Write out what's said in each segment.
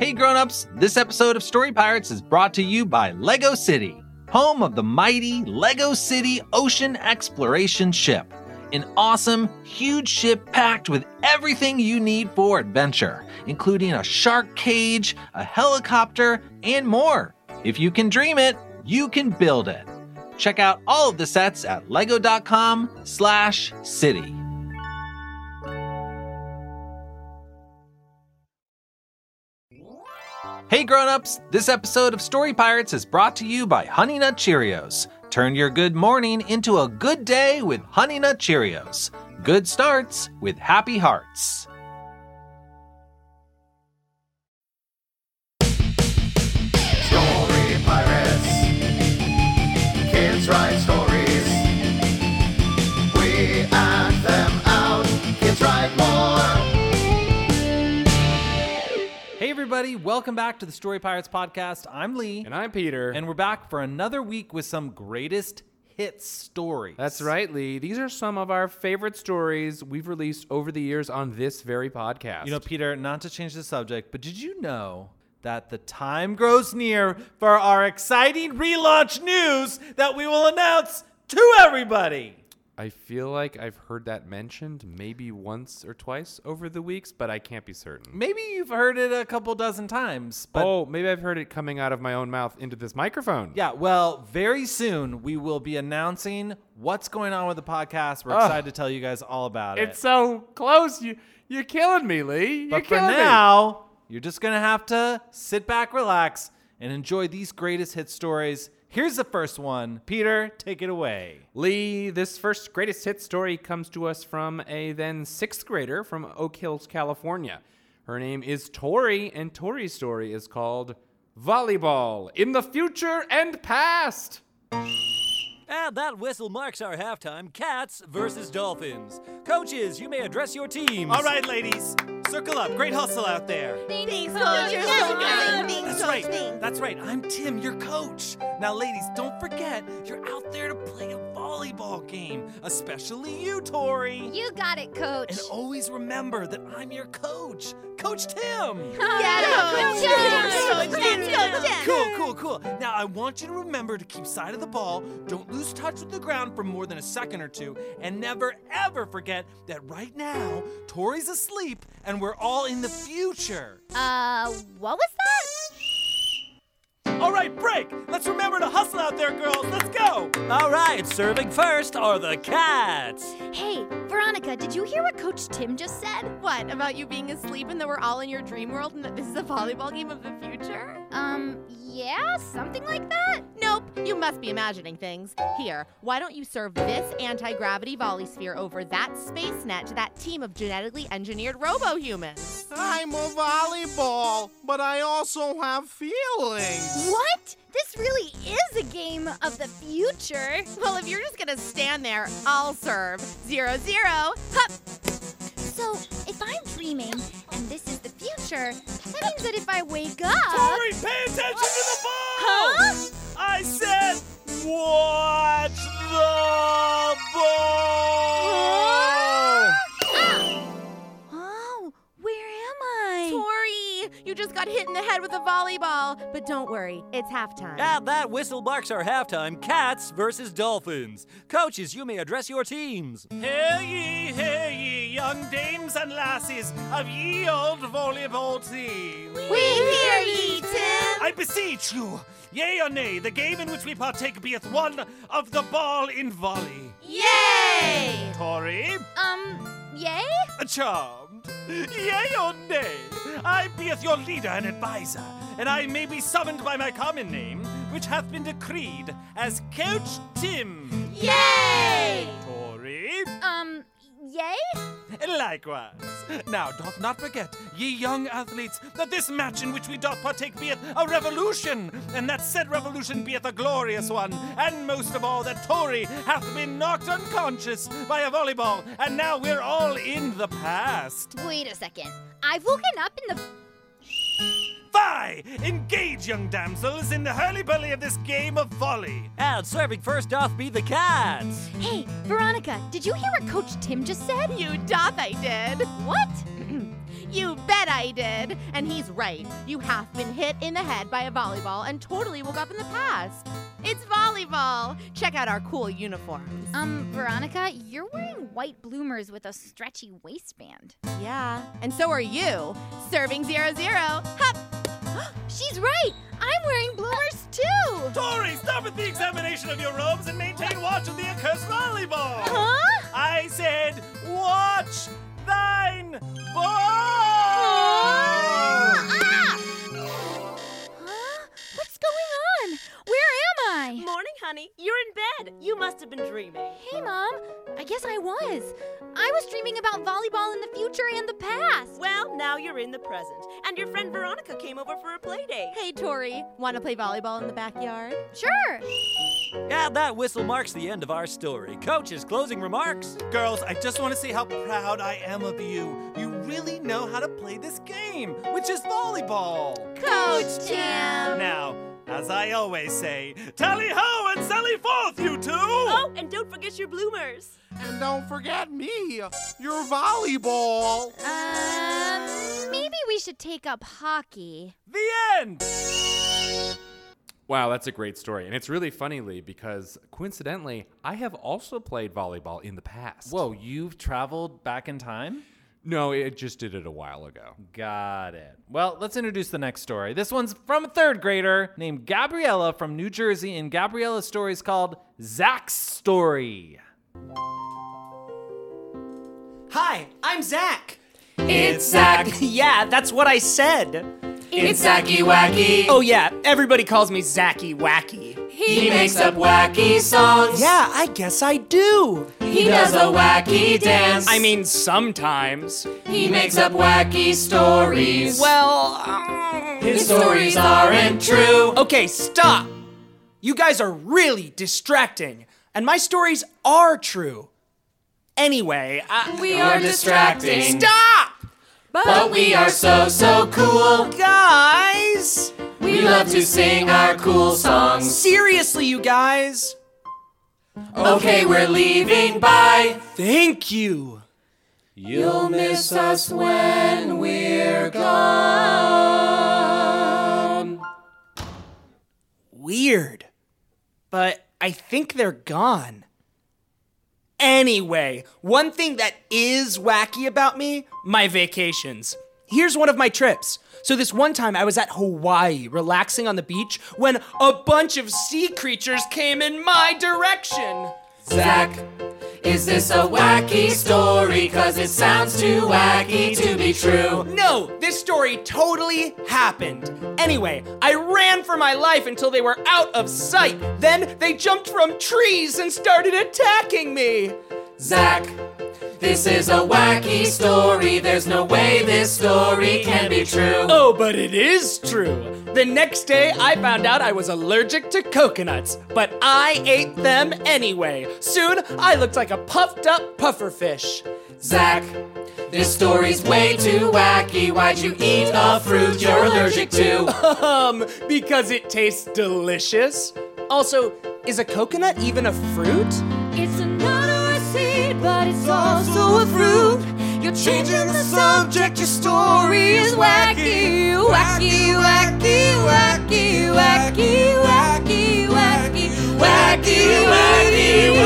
Hey grown-ups, this episode of Story Pirates is brought to you by LEGO City, home of the mighty LEGO City Ocean Exploration Ship. An awesome, huge ship packed with everything you need for adventure, including a shark cage, a helicopter, and more. If you can dream it, you can build it. Check out all of the sets at lego.com slash city. Hey grown-ups, this episode of Story Pirates is brought to you by Honey Nut Cheerios. Turn your good morning into a good day with Honey Nut Cheerios. Good starts with happy hearts. Story Pirates. Kids write stories. We act them out. Kids write more. Hey everybody, welcome back to the Story Pirates podcast. I'm Lee. And I'm Peter. And we're back for another week with some greatest hit stories. that's right, Lee. These are some of our favorite stories we've released over the years on this very podcast. You know, Peter, not to change the subject, but did you know that the time grows near for our exciting relaunch news that we will announce to everybody? I feel like I've heard that mentioned maybe once or twice over the weeks, but I can't be certain. Maybe you've heard it a couple dozen times, but oh, maybe I've heard it coming out of my own mouth into this microphone. yeah, well, very soon we will be announcing what's going on with the podcast. We're excited to tell you guys all about It's it. so close. You you're killing me, Lee. You're But for killing now, you're just going to have to sit back, relax, and enjoy these greatest hit stories. Here's the first one. Peter, take it away. me. Lee, this first greatest hit story comes to us from a then sixth grader from Oak Hills, California. Her name is Tori, and Tori's story is called Volleyball in the Future and Past. And that whistle marks our halftime. Cats versus Dolphins. Coaches, you may address your teams. All right, ladies, circle up. Great hustle out there. Thanks, Coach. You're so good. That's right. That's right. I'm Tim, your coach. Now, ladies, don't forget, you're out there to play a volleyball game, especially you, Tori. You got it, Coach. And always remember that I'm your coach, Coach Tim. yeah, Coach. Cool, cool, cool. Now, I want you to remember to keep sight of the ball, don't lose touch with the ground for more than a second or two, and never ever forget that right now, Tori's asleep and we're all in the future. Uh, what was that? All right, break. Let's remember to hustle out there, girls. Let's go. All right, serving first are the Cats. Hey, Veronica, did you hear what Coach Tim just said? What about you being asleep and that we're all in your dream world and that this is a volleyball game of the future? Um, yeah, something like that. Nope, you must be imagining things. Here, why don't you serve this anti gravity volley sphere over that space net to that team of genetically engineered robo humans? I'm a volleyball, but I also have feelings. What? This really is a game of the future. Well, if you're just gonna stand there, I'll serve. Zero, zero, hup! So, if I'm dreaming and this is the future, that means that if I wake up. Tori, pay attention to the ball. Huh? I said, watch the ball. Oh, where am I? Tori, you just got hit in the head with a volleyball. But don't worry, it's halftime. And that whistle marks our halftime. Cats versus Dolphins. Coaches, you may address your teams. Hear ye, hear ye, young dames and lassies of ye old volleyball team. We hear ye, Tim. I beseech you, yea or nay, the game in which we partake beeth one of the ball in volley. Yay! Tori, Um, yay? charmed. Yea or nay, I beeth your leader and advisor, and I may be summoned by my common name, which hath been decreed as Coach Tim. Yay! Tori, Um, yay? likewise. Now doth not forget, ye young athletes, that this match in which we doth partake beeth a revolution, and that said revolution beeth a glorious one, and most of all that Tori hath been knocked unconscious by a volleyball, and now we're all in the past. Wait a second. I've woken up in the. Fie! Engage, young damsels, in the hurly-burly of this game of volley. And serving first doth be the Cats. Hey, Veronica, Oh, did you hear what Coach Tim just said? You doth I did. What? You bet I did. And he's right. You have been hit in the head by a volleyball and totally woke up in the past. It's volleyball. Check out our cool uniforms. Uh, Um, Veronica, you're wearing white bloomers with a stretchy waistband. Yeah. And so are you. Serving zero zero. Hop. She's right! I'm wearing bloomers too! Tori, stop with the examination of your robes and maintain watch of the accursed volleyball. Huh? I said, watch thine ball. Ah! Huh? What's going on? Where am I? Morning, honey. You're in bed. You must have been dreaming. Hey, Mom. I guess I was. I was dreaming about volleyball in the future and the past. Well, now you're in the present. And your friend Veronica came over for a play date. Hey, Tori. Want to play volleyball in the backyard? Sure. And that whistle marks the end of our story. Coach's closing remarks. Girls, I just want to say how proud I am of you. You really know how to play this game, which is volleyball. Coach Jim. Now, as I always say, tally ho and sally forth, you two! Oh, and don't forget your bloomers. And don't forget me, your volleyball. Um, maybe we should take up hockey. The end! Wow, that's a great story. And it's really funny, Lee, because coincidentally, I have also played volleyball in the past. you've traveled back in time? No, it just did it a while ago. Got it. Well, let's introduce the next story. This one's from a third grader named Gabriella from New Jersey, and Gabriella's story is called Zach's Story. Hi, I'm Zach. It's Zach. yeah, that's what I said. It's Zacky Wacky. Oh, yeah, everybody calls me Zacky Wacky. He makes up wacky songs. Yeah, I guess I do. He does a wacky dance. I mean, sometimes. he makes up wacky stories. Well, um, His stories aren't true. okay, stop. You guys are really distracting, and my stories are true. Anyway, I- We are distracting. stop, But we are so, so cool. guys. We love to sing our cool songs. Seriously, you guys. Okay, we're leaving. Bye. Thank you. You'll miss us when we're gone. Um, Weird. But I think they're gone. Anyway, one thing that is wacky about me my vacations. Here's one of my trips. So, this one time I was at Hawaii relaxing on the beach when a bunch of sea creatures came in my direction. Zach, is this a wacky story? Cause it sounds too wacky to be true. No, this story totally happened. Anyway, I ran for my life until they were out of sight. Then they jumped from trees and started attacking me. Zach, this is a wacky story. There's no way this story can be true. Oh, but it is true. The next day, I found out I was allergic to coconuts, but I ate them anyway. Soon, I looked like a puffed up pufferfish. Zach, this story's way too wacky. Why'd you eat a fruit you're allergic to? Um, because it tastes delicious. Also, is a coconut even a fruit? It's another seed, but it's also a fruit. You're changing the subject, your story is wacky. Wacky, wacky, wacky, wacky, wacky, wacky, wacky, wacky,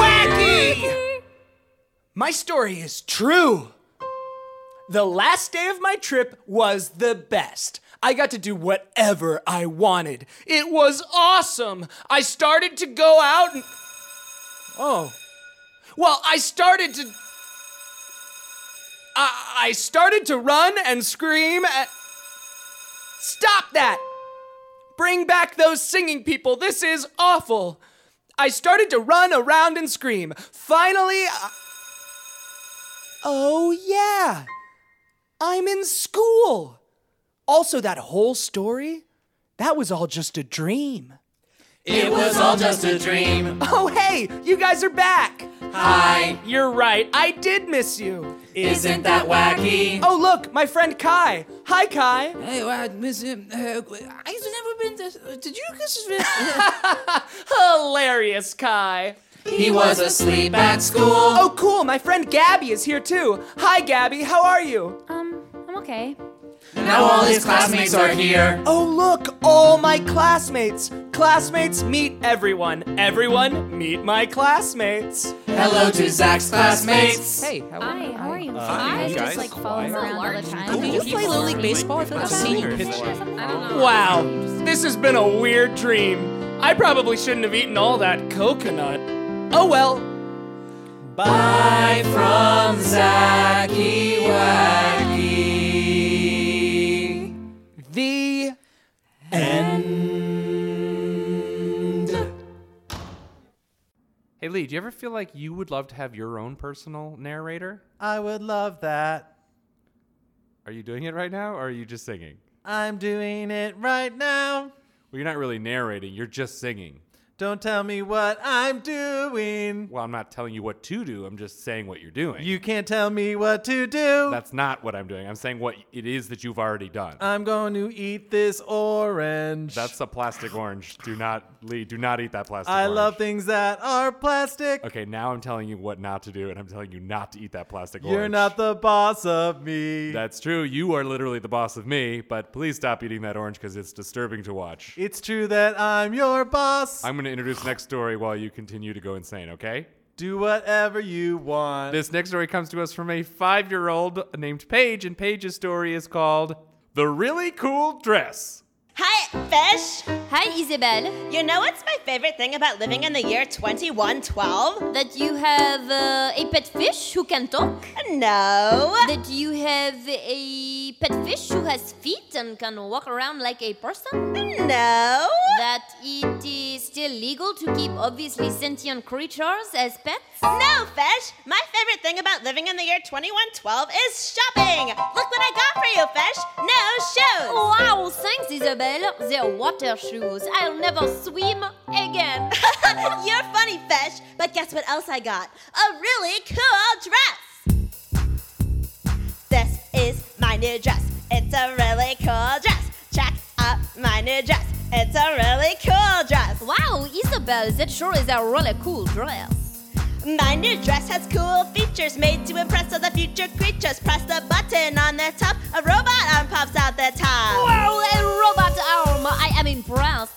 Wacky! My story is true. The last day of my trip was the best. I got to do whatever I wanted. It was awesome. I started to go out and. Oh. Well, I started to. I, I started to run and scream at. Stop that! Bring back those singing people. This is awful. I started to run around and scream. Finally, I- Oh, yeah. I'm in school. Also, that whole story, that was all just a dream. It was all just a dream. Oh, hey, you guys are back. Hi. You're right. I did miss you. Isn't that wacky? Oh, look, my friend Kai. Hi, Kai. Hey, I miss him. Uh, Uh, I've never been to. Did you? Hilarious, Kai. He was asleep at school. Oh, cool. My friend Gabby is here too. Hi, Gabby. How are you? I'm okay. Now all his classmates are here. Oh, look. All my classmates. Classmates meet everyone. Everyone meet my classmates. Hello to Zach's classmates. Hey, how are you? How are you? Uh, I you just guys? like follow around all the time. Do you play Little League Baseball? I feel like I've seen your picture. I don't know. Wow, this has been a weird dream. I probably shouldn't have eaten all that coconut. Oh well. Bye from Zacky Wacky. The Hey, Lee, do you ever feel like you would love to have your own personal narrator? I would love that. Are you doing it right now, or are you just singing? I'm doing it right now. Well, you're not really narrating, you're just singing. Don't tell me what I'm doing. Well, I'm not telling you what to do, I'm just saying what you're doing. You can't tell me what to do. That's not what I'm doing. I'm saying what it is that you've already done. I'm going to eat this orange. That's a plastic orange. Do not, Lee, do not eat that plastic I orange. love things that are plastic. Okay, now I'm telling you what not to do, and I'm telling you not to eat that plastic You're orange. not the boss of me. That's true. You are literally the boss of me, but please stop eating that orange because it's disturbing to watch. it's true that I'm your boss. I'm going to introduce next story while you continue to go insane, okay? Do whatever you want. This next story comes to us from a five year old named Paige, and Paige's story is called The Really Cool Dress. Hi, Fish. Hi, Isabel. You know what's my favorite thing about living in the year 2112? That you have uh, a pet fish who can talk? No. That you have a pet fish who has feet and can walk around like a person? No. That it is still legal to keep obviously sentient creatures as pets? No, Fish. My favorite thing about living in the year 2112 is shopping. Look what I got for you, Fish. No shoes. Wow, thanks, Isabel. They're water shoes. I'll never swim again. You're funny, Fish. But guess what else I got? A really cool dress. This is my new dress. It's a really cool dress. Check out my new dress. It's a really cool dress. Wow, Isabel, that sure is a really cool dress. My new dress has cool features made to impress all the future creatures. Press the button on the top, a robot arm pops out the top. Wow, a robot arm. I am impressed.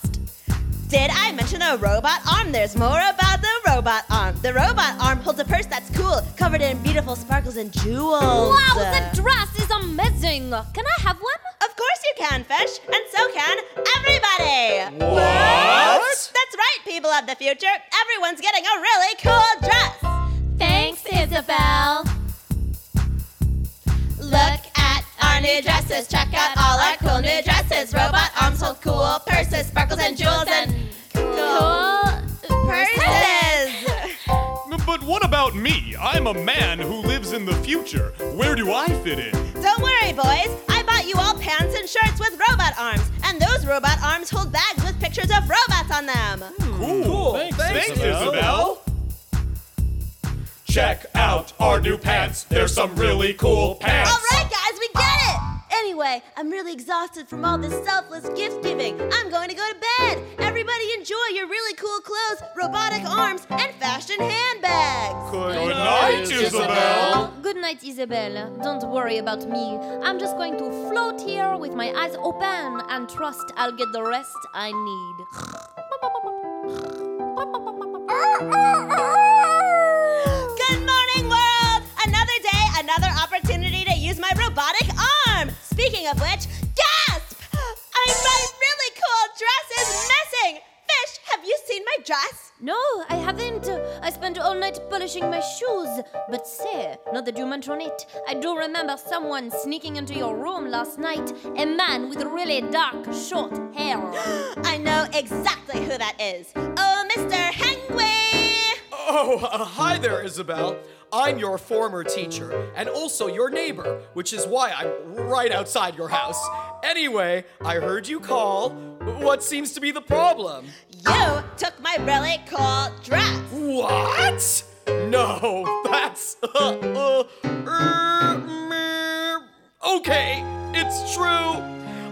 Did I mention a robot arm? There's more about the robot arm. The robot arm holds a purse that's cool, covered in beautiful sparkles and jewels. Wow, the dress is amazing. Can I have one? Of course you can, Fish, and so can everybody! What? That's right, people of the future! Everyone's getting a really cool dress! Thanks, Isabel. Look at our new dresses, check out all our cool new dresses. Robot arms hold cool purses, sparkles and jewels and cool purses! But what about me? I'm a man who lives in the future. Where do I fit in? Don't worry, boys! I bought you all pants and shirts with robot arms, and those robot arms hold bags with pictures of robots on them! Hmm. Cool. Thanks, Isabel. Check out our new pants. There's some really cool pants. All right, guys, we get it. Anyway, I'm really exhausted from all this selfless gift giving. I'm going to go to bed. Everybody enjoy your really cool clothes, robotic arms, and fashion handbags. Good night, Isabel. Oh, Good night, Isabel. Don't worry about me. I'm just going to float here with my eyes open and trust I'll get the rest I need. Good morning, world. Another day, another opportunity to use my robotic arm. Speaking of which, gasp! I mean, my really cool dress is missing. Fish, have you seen my dress? No, I haven't. I spent all night polishing my shoes. But say, now that you mention it, I do remember someone sneaking into your room last night. A man with really dark, short hair. I know exactly who that is. Oh, Mr. Hengway! Oh, uh, hi there, Isabel. I'm your former teacher and also your neighbor, which is why I'm right outside your house. Anyway, I heard you call. What seems to be the problem? You took my really cool dress. What? No, that's. Uh, uh, er, mer- okay, it's true.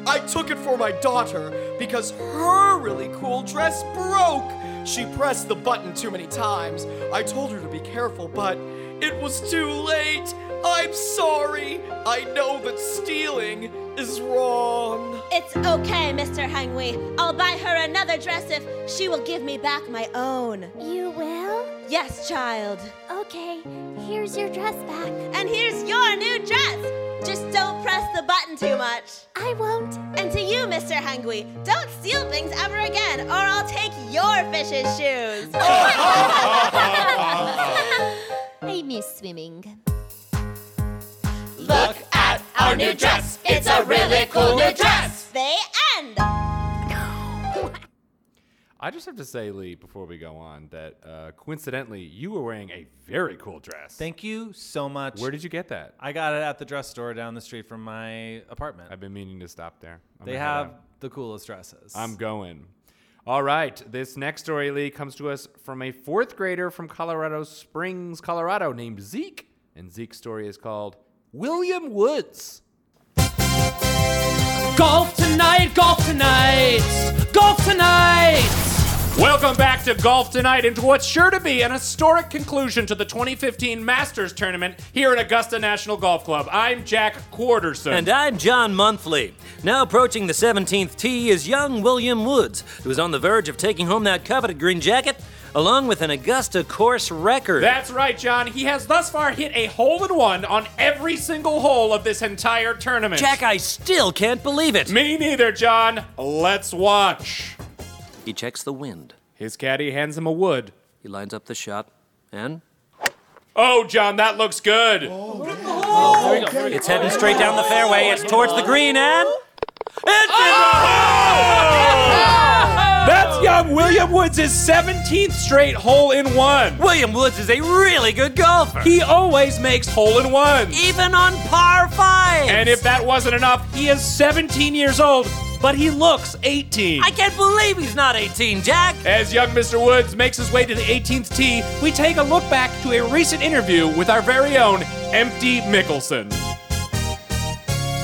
I took it for my daughter because her really cool dress broke. She pressed the button too many times. I told her to be careful, but it was too late. I'm sorry. I know that stealing is wrong. It's okay, Mr. Hengwe. I'll buy her another dress if she will give me back my own. You will? Yes, child. Okay, here's your dress back. And here's your new dress! Just don't press the button too much. I won't. And to you, Mr. Hengwe, don't steal things ever again, or I'll take your fish's shoes. I miss swimming. Look at our new dress. It's a really cool new dress. The end. I just have to say, Lee, before we go on, that uh, coincidentally, you were wearing a very cool dress. Thank you so much. Where did you get that? I got it at the dress store down the street from my apartment. I've been meaning to stop there. I'm they gonna head have out. the coolest dresses. I'm going. All right, this next story, Lee, comes to us from a fourth grader from Colorado Springs, Colorado, named Zeke. And Zeke's story is called William Woods. Golf tonight, golf tonight, golf tonight. Welcome back to Golf Tonight into what's sure to be an historic conclusion to the 2015 Masters Tournament here at Augusta National Golf Club. I'm Jack Quarterson. And I'm John Monthly. Now approaching the 17th tee is young William Woods, who is on the verge of taking home that coveted green jacket, along with an Augusta course record. That's right, John. He has thus far hit a hole in one on every single hole of this entire tournament. Jack, I still can't believe it. Me neither, John. Let's watch. He checks the wind. His caddy hands him a wood. He lines up the shot, and Oh, John, that looks good. it's heading straight down the fairway. It's towards the green, and Oh! Oh! That's young William Woods' 17th straight hole in one. William Woods is a really good golfer. He always makes hole in ones. Even on par five. And if that wasn't enough, he is 17 years old, but he looks 18. I can't believe he's not 18, Jack. As young Mr. Woods makes his way to the 18th tee, we take a look back to a recent interview with our very own Empty Mickelson.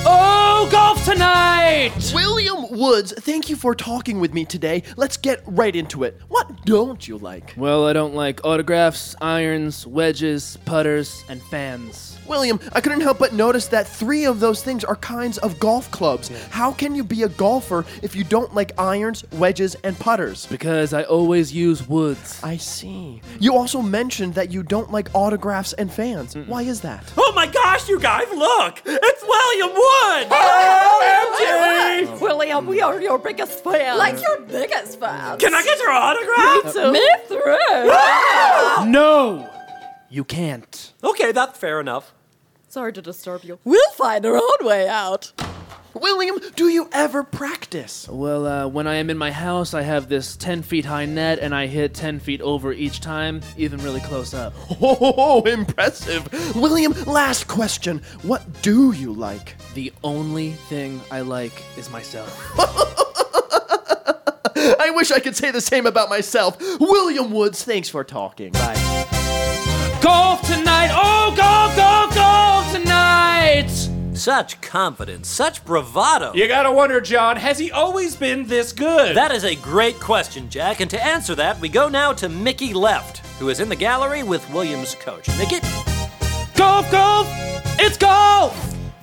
Oh, golf tonight! William Woods, thank you for talking with me today. Let's get right into it. What don't you like? Well, I don't like autographs, irons, wedges, putters, and fans. William, I couldn't help but notice that three of those things are kinds of golf clubs. How can you be a golfer if you don't like irons, wedges, and putters? Because I always use woods. I see. You also mentioned that you don't like autographs and fans. Why is that? Oh my gosh, you guys, look! It's William Wood! William, we are your biggest fans. Like your biggest fan. Can I get your autograph? Me through. No! You can't. Okay, that's fair enough. Sorry to disturb you. We'll find our own way out. William, do you ever practice? Well, uh, when I am in my house, I have this 10 feet high net and I hit 10 feet over each time, even really close up. Oh, impressive. William, last question. What do you like? The only thing I like is myself. I wish I could say the same about myself. William Woods, thanks for talking. Bye. Golf tonight! Oh, golf, golf, golf tonight! Such confidence, such bravado. You gotta wonder, John, has he always been this good? That is a great question, Jack, and to answer that, we go now to Mickey Left, who is in the gallery with William's coach. Mickey? Golf, golf! It's golf!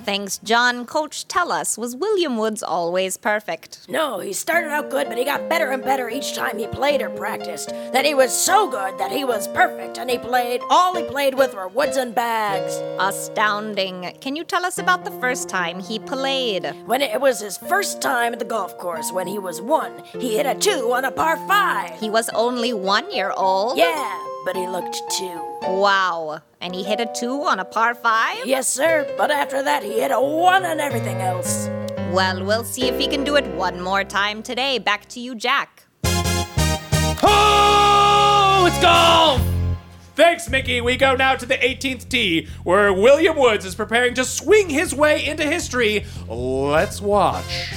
Thanks, John. Coach, tell us, was William Woods always perfect? No, he started out good, but he got better and better each time he played or practiced. That he was so good that he was perfect, and he played all he played with were woods and bags. Astounding. Can you tell us about the first time he played? When it was his first time at the golf course, when he was one, he hit a two on a par five. He was only one year old? Yeah, but he looked two. Wow. And he hit a two on a par five? Yes, sir, but after that, he hit a one on everything else. Well, we'll see if he can do it one more time today. Back to you, Jack. Oh, it's golf! Thanks, Mickey. We go now to the 18th tee, where William Woods is preparing to swing his way into history. Let's watch.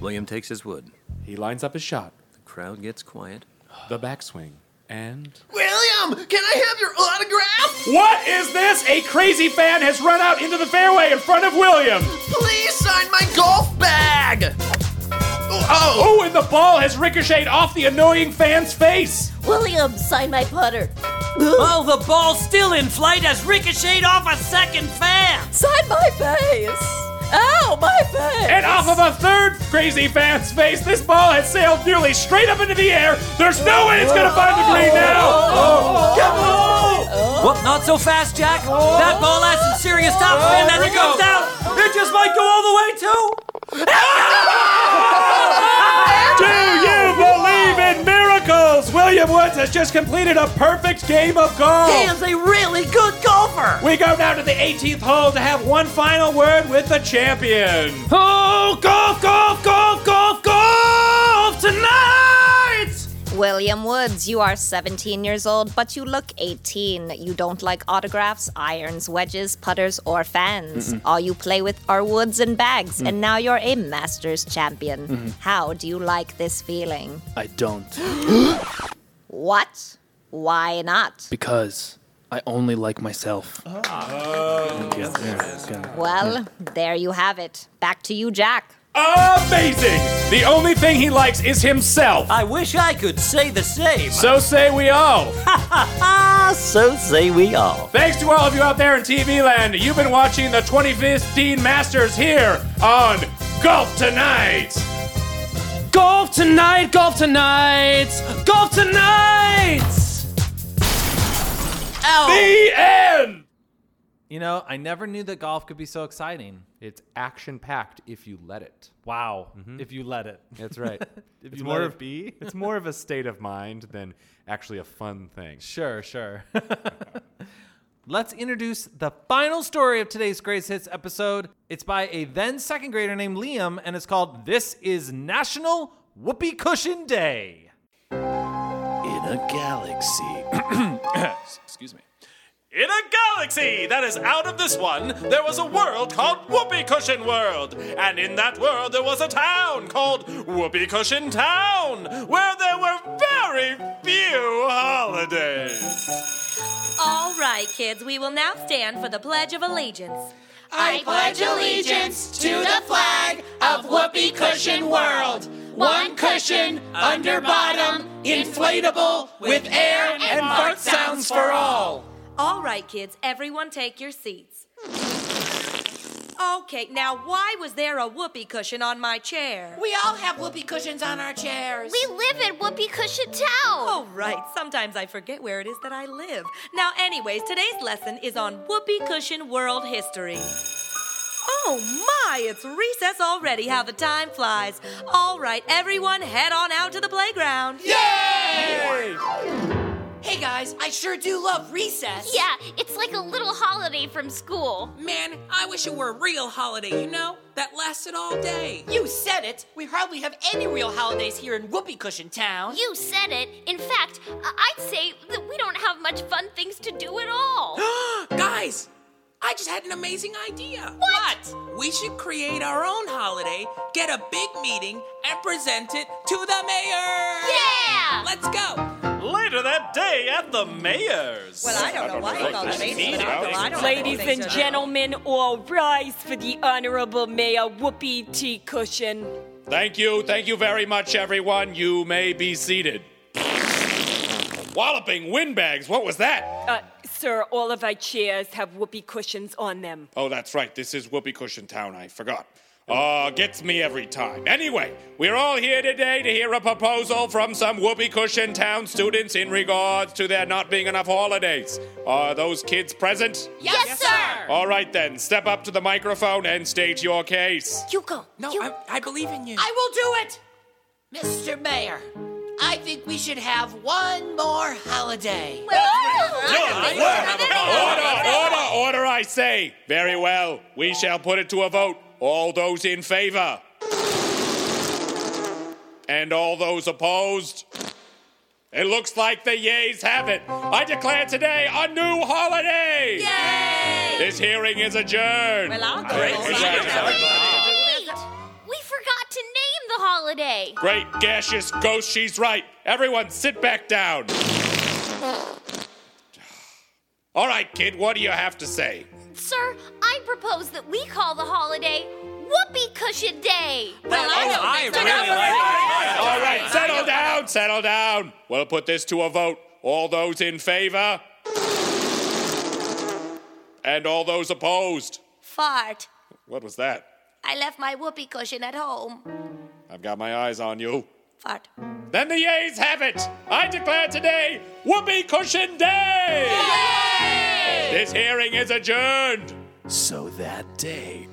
William takes his wood. He lines up his shot. The crowd gets quiet. The backswing. And William, can I have your uh, autograph? What is this? A crazy fan has run out into the fairway in front of William. Please sign my golf bag. Oh, and the ball has ricocheted off the annoying fan's face. William, sign my putter. Oh, the ball still in flight has ricocheted off a second fan. Sign my face. Ow, my face. And off of a third crazy fan's face, this ball has sailed nearly straight up into the air. There's no way it's going to find the green now. Come on! Whoop, not so fast, Jack. That ball has some serious top spin as it goes down. It just might go all the way too. Do you believe in miracles? William Woods has just completed a perfect game of golf. He is a really good golfer. We go now to the 18th hole to have one final word with the champion. Oh, golf, golf, golf, golf, golf tonight! William Woods, you are 17 years old, but you look 18. You don't like autographs, irons, wedges, putters, or fans. Mm-mm. All you play with are woods and bags, Mm. and now you're a Masters champion. Mhm. How do you like this feeling? I don't. What? Why not? Because I only like myself. Yeah, yeah, yeah. Well, there you have it. Back to you, Jack. Amazing! The only thing he likes is himself. I wish I could say the same. So say we all. Ah, so say we all. Thanks to all of you out there in TV land. You've been watching the 2015 Masters here on Golf Tonight. Golf tonight, golf tonight, golf tonight! The end. Oh! You know, I never knew that golf could be so exciting. It's action packed if you let it. Mm-hmm. Wow. If you let it. That's right. if It's you more let of- it be. It's more of a state of mind than actually a fun thing. Sure, sure. Let's introduce the final story of today's Greatest Hits episode. It's by a then second grader named Liam, and it's called This is National Whoopee Cushion Day. In a galaxy. Excuse me. In a galaxy that is out of this one, there was a world called Whoopee Cushion World. And in that world, there was a town called Whoopee Cushion Town, where there were very few holidays. All right, kids, we will now stand for the Pledge of Allegiance. I pledge allegiance to the flag of whoopee cushion world. One cushion, under bottom, inflatable, with air and fart sounds for all. All right, kids, everyone take your seats. Okay, now why was there a whoopee cushion on my chair? We all have whoopee cushions on our chairs. We live in Whoopee Cushion Town. Oh, right. Sometimes I forget where it is that I live. Now, anyways, today's lesson is on Whoopee Cushion world history. Oh my, it's recess already, how the time flies. All right, everyone head on out to the playground. Yay! Hey guys, I sure do love recess. Yeah, it's like a little holiday from school. Man, I wish it were a real holiday, you know? That lasted all day. You said it. We hardly have any real holidays here in Whoopee Cushion Town. You said it. In fact, I- I'd say that we don't have much fun things to do at all. Guys, I just had an amazing idea. What? We should create our own holiday, get a big meeting, and present it to the mayor. Yeah! Let's go. Later that day at the mayor's. Well, I don't know why you called it mayor's. I don't- I don't Ladies and gentlemen, all rise for the Honorable Mayor Whoopi T. Cushion. Thank you, thank you very much, everyone. You may be seated. Walloping windbags, what was that? Uh, sir, all of our chairs have whoopee cushions on them. Oh, that's right. This is Whoopee Cushion Town. I forgot. Uh, gets me every time. Anyway, we're all here today to hear a proposal from some Whoopee Cushion Town students in regards to there not being enough holidays. Are those kids present? Yes, sir! All right then, step up to the microphone and state your case. You go. No, I, I believe in you. I will do it. Mr. Mayor, I think we should have one more holiday. Order, order, I say. Very well. We shall put it to a vote. All those in favor. And all those opposed. It looks like the yeas have it. I declare today a new holiday. Yay! This hearing is adjourned. Well, I'll go. Great. Wait, we forgot to name the holiday. Great gaseous ghost, she's right. Everyone sit back down. All right, kid, what do you have to say? Sir, I propose that we call the holiday Whoopee Cushion Day. Well, I really like that. All right, settle down, settle down. We'll put this to a vote. All those in favor? And all those opposed? Fart. What was that? I left my whoopee cushion at home. I've got my eyes on you. Fart. Then the yeas have it. I declare today Whoopee Cushion Day. This hearing is adjourned. So that day.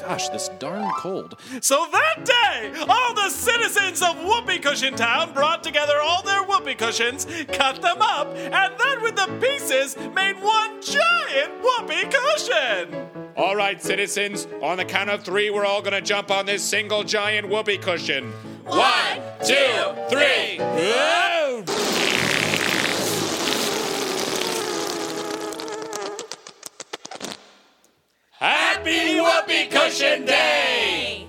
Gosh, this darn cold. So that day, all the citizens of Whoopee Cushion Town brought together all their whoopee cushions, cut them up, and then with the pieces made one giant whoopee cushion. All right, citizens, on the count of three, we're all going to jump on this single giant whoopee cushion. One, two, three. Whoa! Happy Whoopee Cushion Day!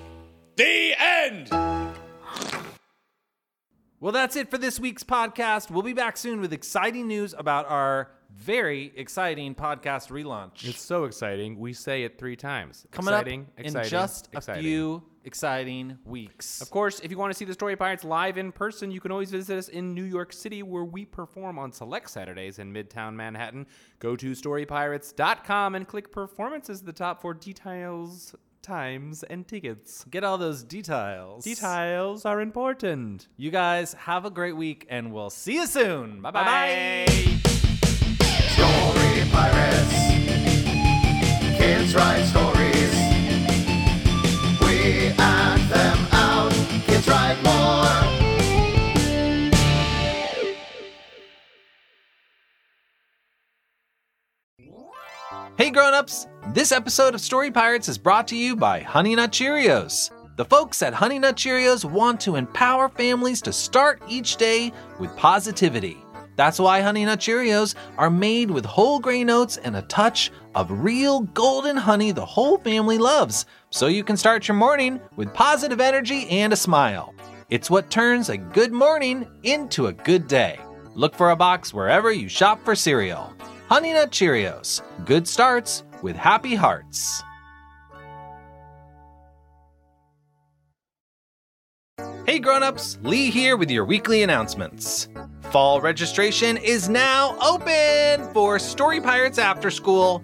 The end! Well, that's it for this week's podcast. We'll be back soon with exciting news about our very exciting podcast relaunch. It's so exciting. We say it three times. Coming exciting, up exciting, in just exciting. a few exciting weeks. Of course, if you want to see the Story Pirates live in person, you can always visit us in New York City, where we perform on select Saturdays in Midtown Manhattan. Go to storypirates.com and click performances at the top for details, times, and tickets. Get all those details. Details are important. You guys have a great week, and we'll see you soon. Bye Bye-bye. bye. Kids write stories. We act them out. Kids write more. Hey grown-ups! This episode of Story Pirates is brought to you by Honey Nut Cheerios. The folks at Honey Nut Cheerios want to empower families to start each day with positivity. That's why Honey Nut Cheerios are made with whole grain oats and a touch of real golden honey the whole family loves, so you can start your morning with positive energy and a smile. It's what turns a good morning into a good day. Look for a box wherever you shop for cereal. Honey Nut Cheerios. Good starts with happy hearts. Hey grown-ups, Lee here with your weekly announcements. Fall registration is now open for Story Pirates After School,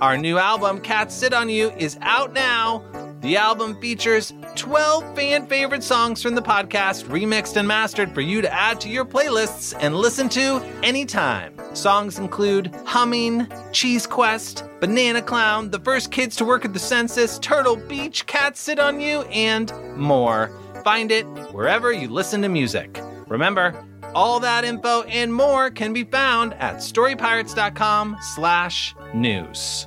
Our new album, Cats Sit On You, is out now. The album features 12 fan favorite songs from the podcast, remixed and mastered for you to add to your playlists and listen to anytime. Songs include Humming, Cheese Quest, Banana Clown, The First Kids to Work at the Census, Turtle Beach, Cats Sit On You, and more. Find it wherever you listen to music. Remember, all that info and more can be found at storypirates.com slash news.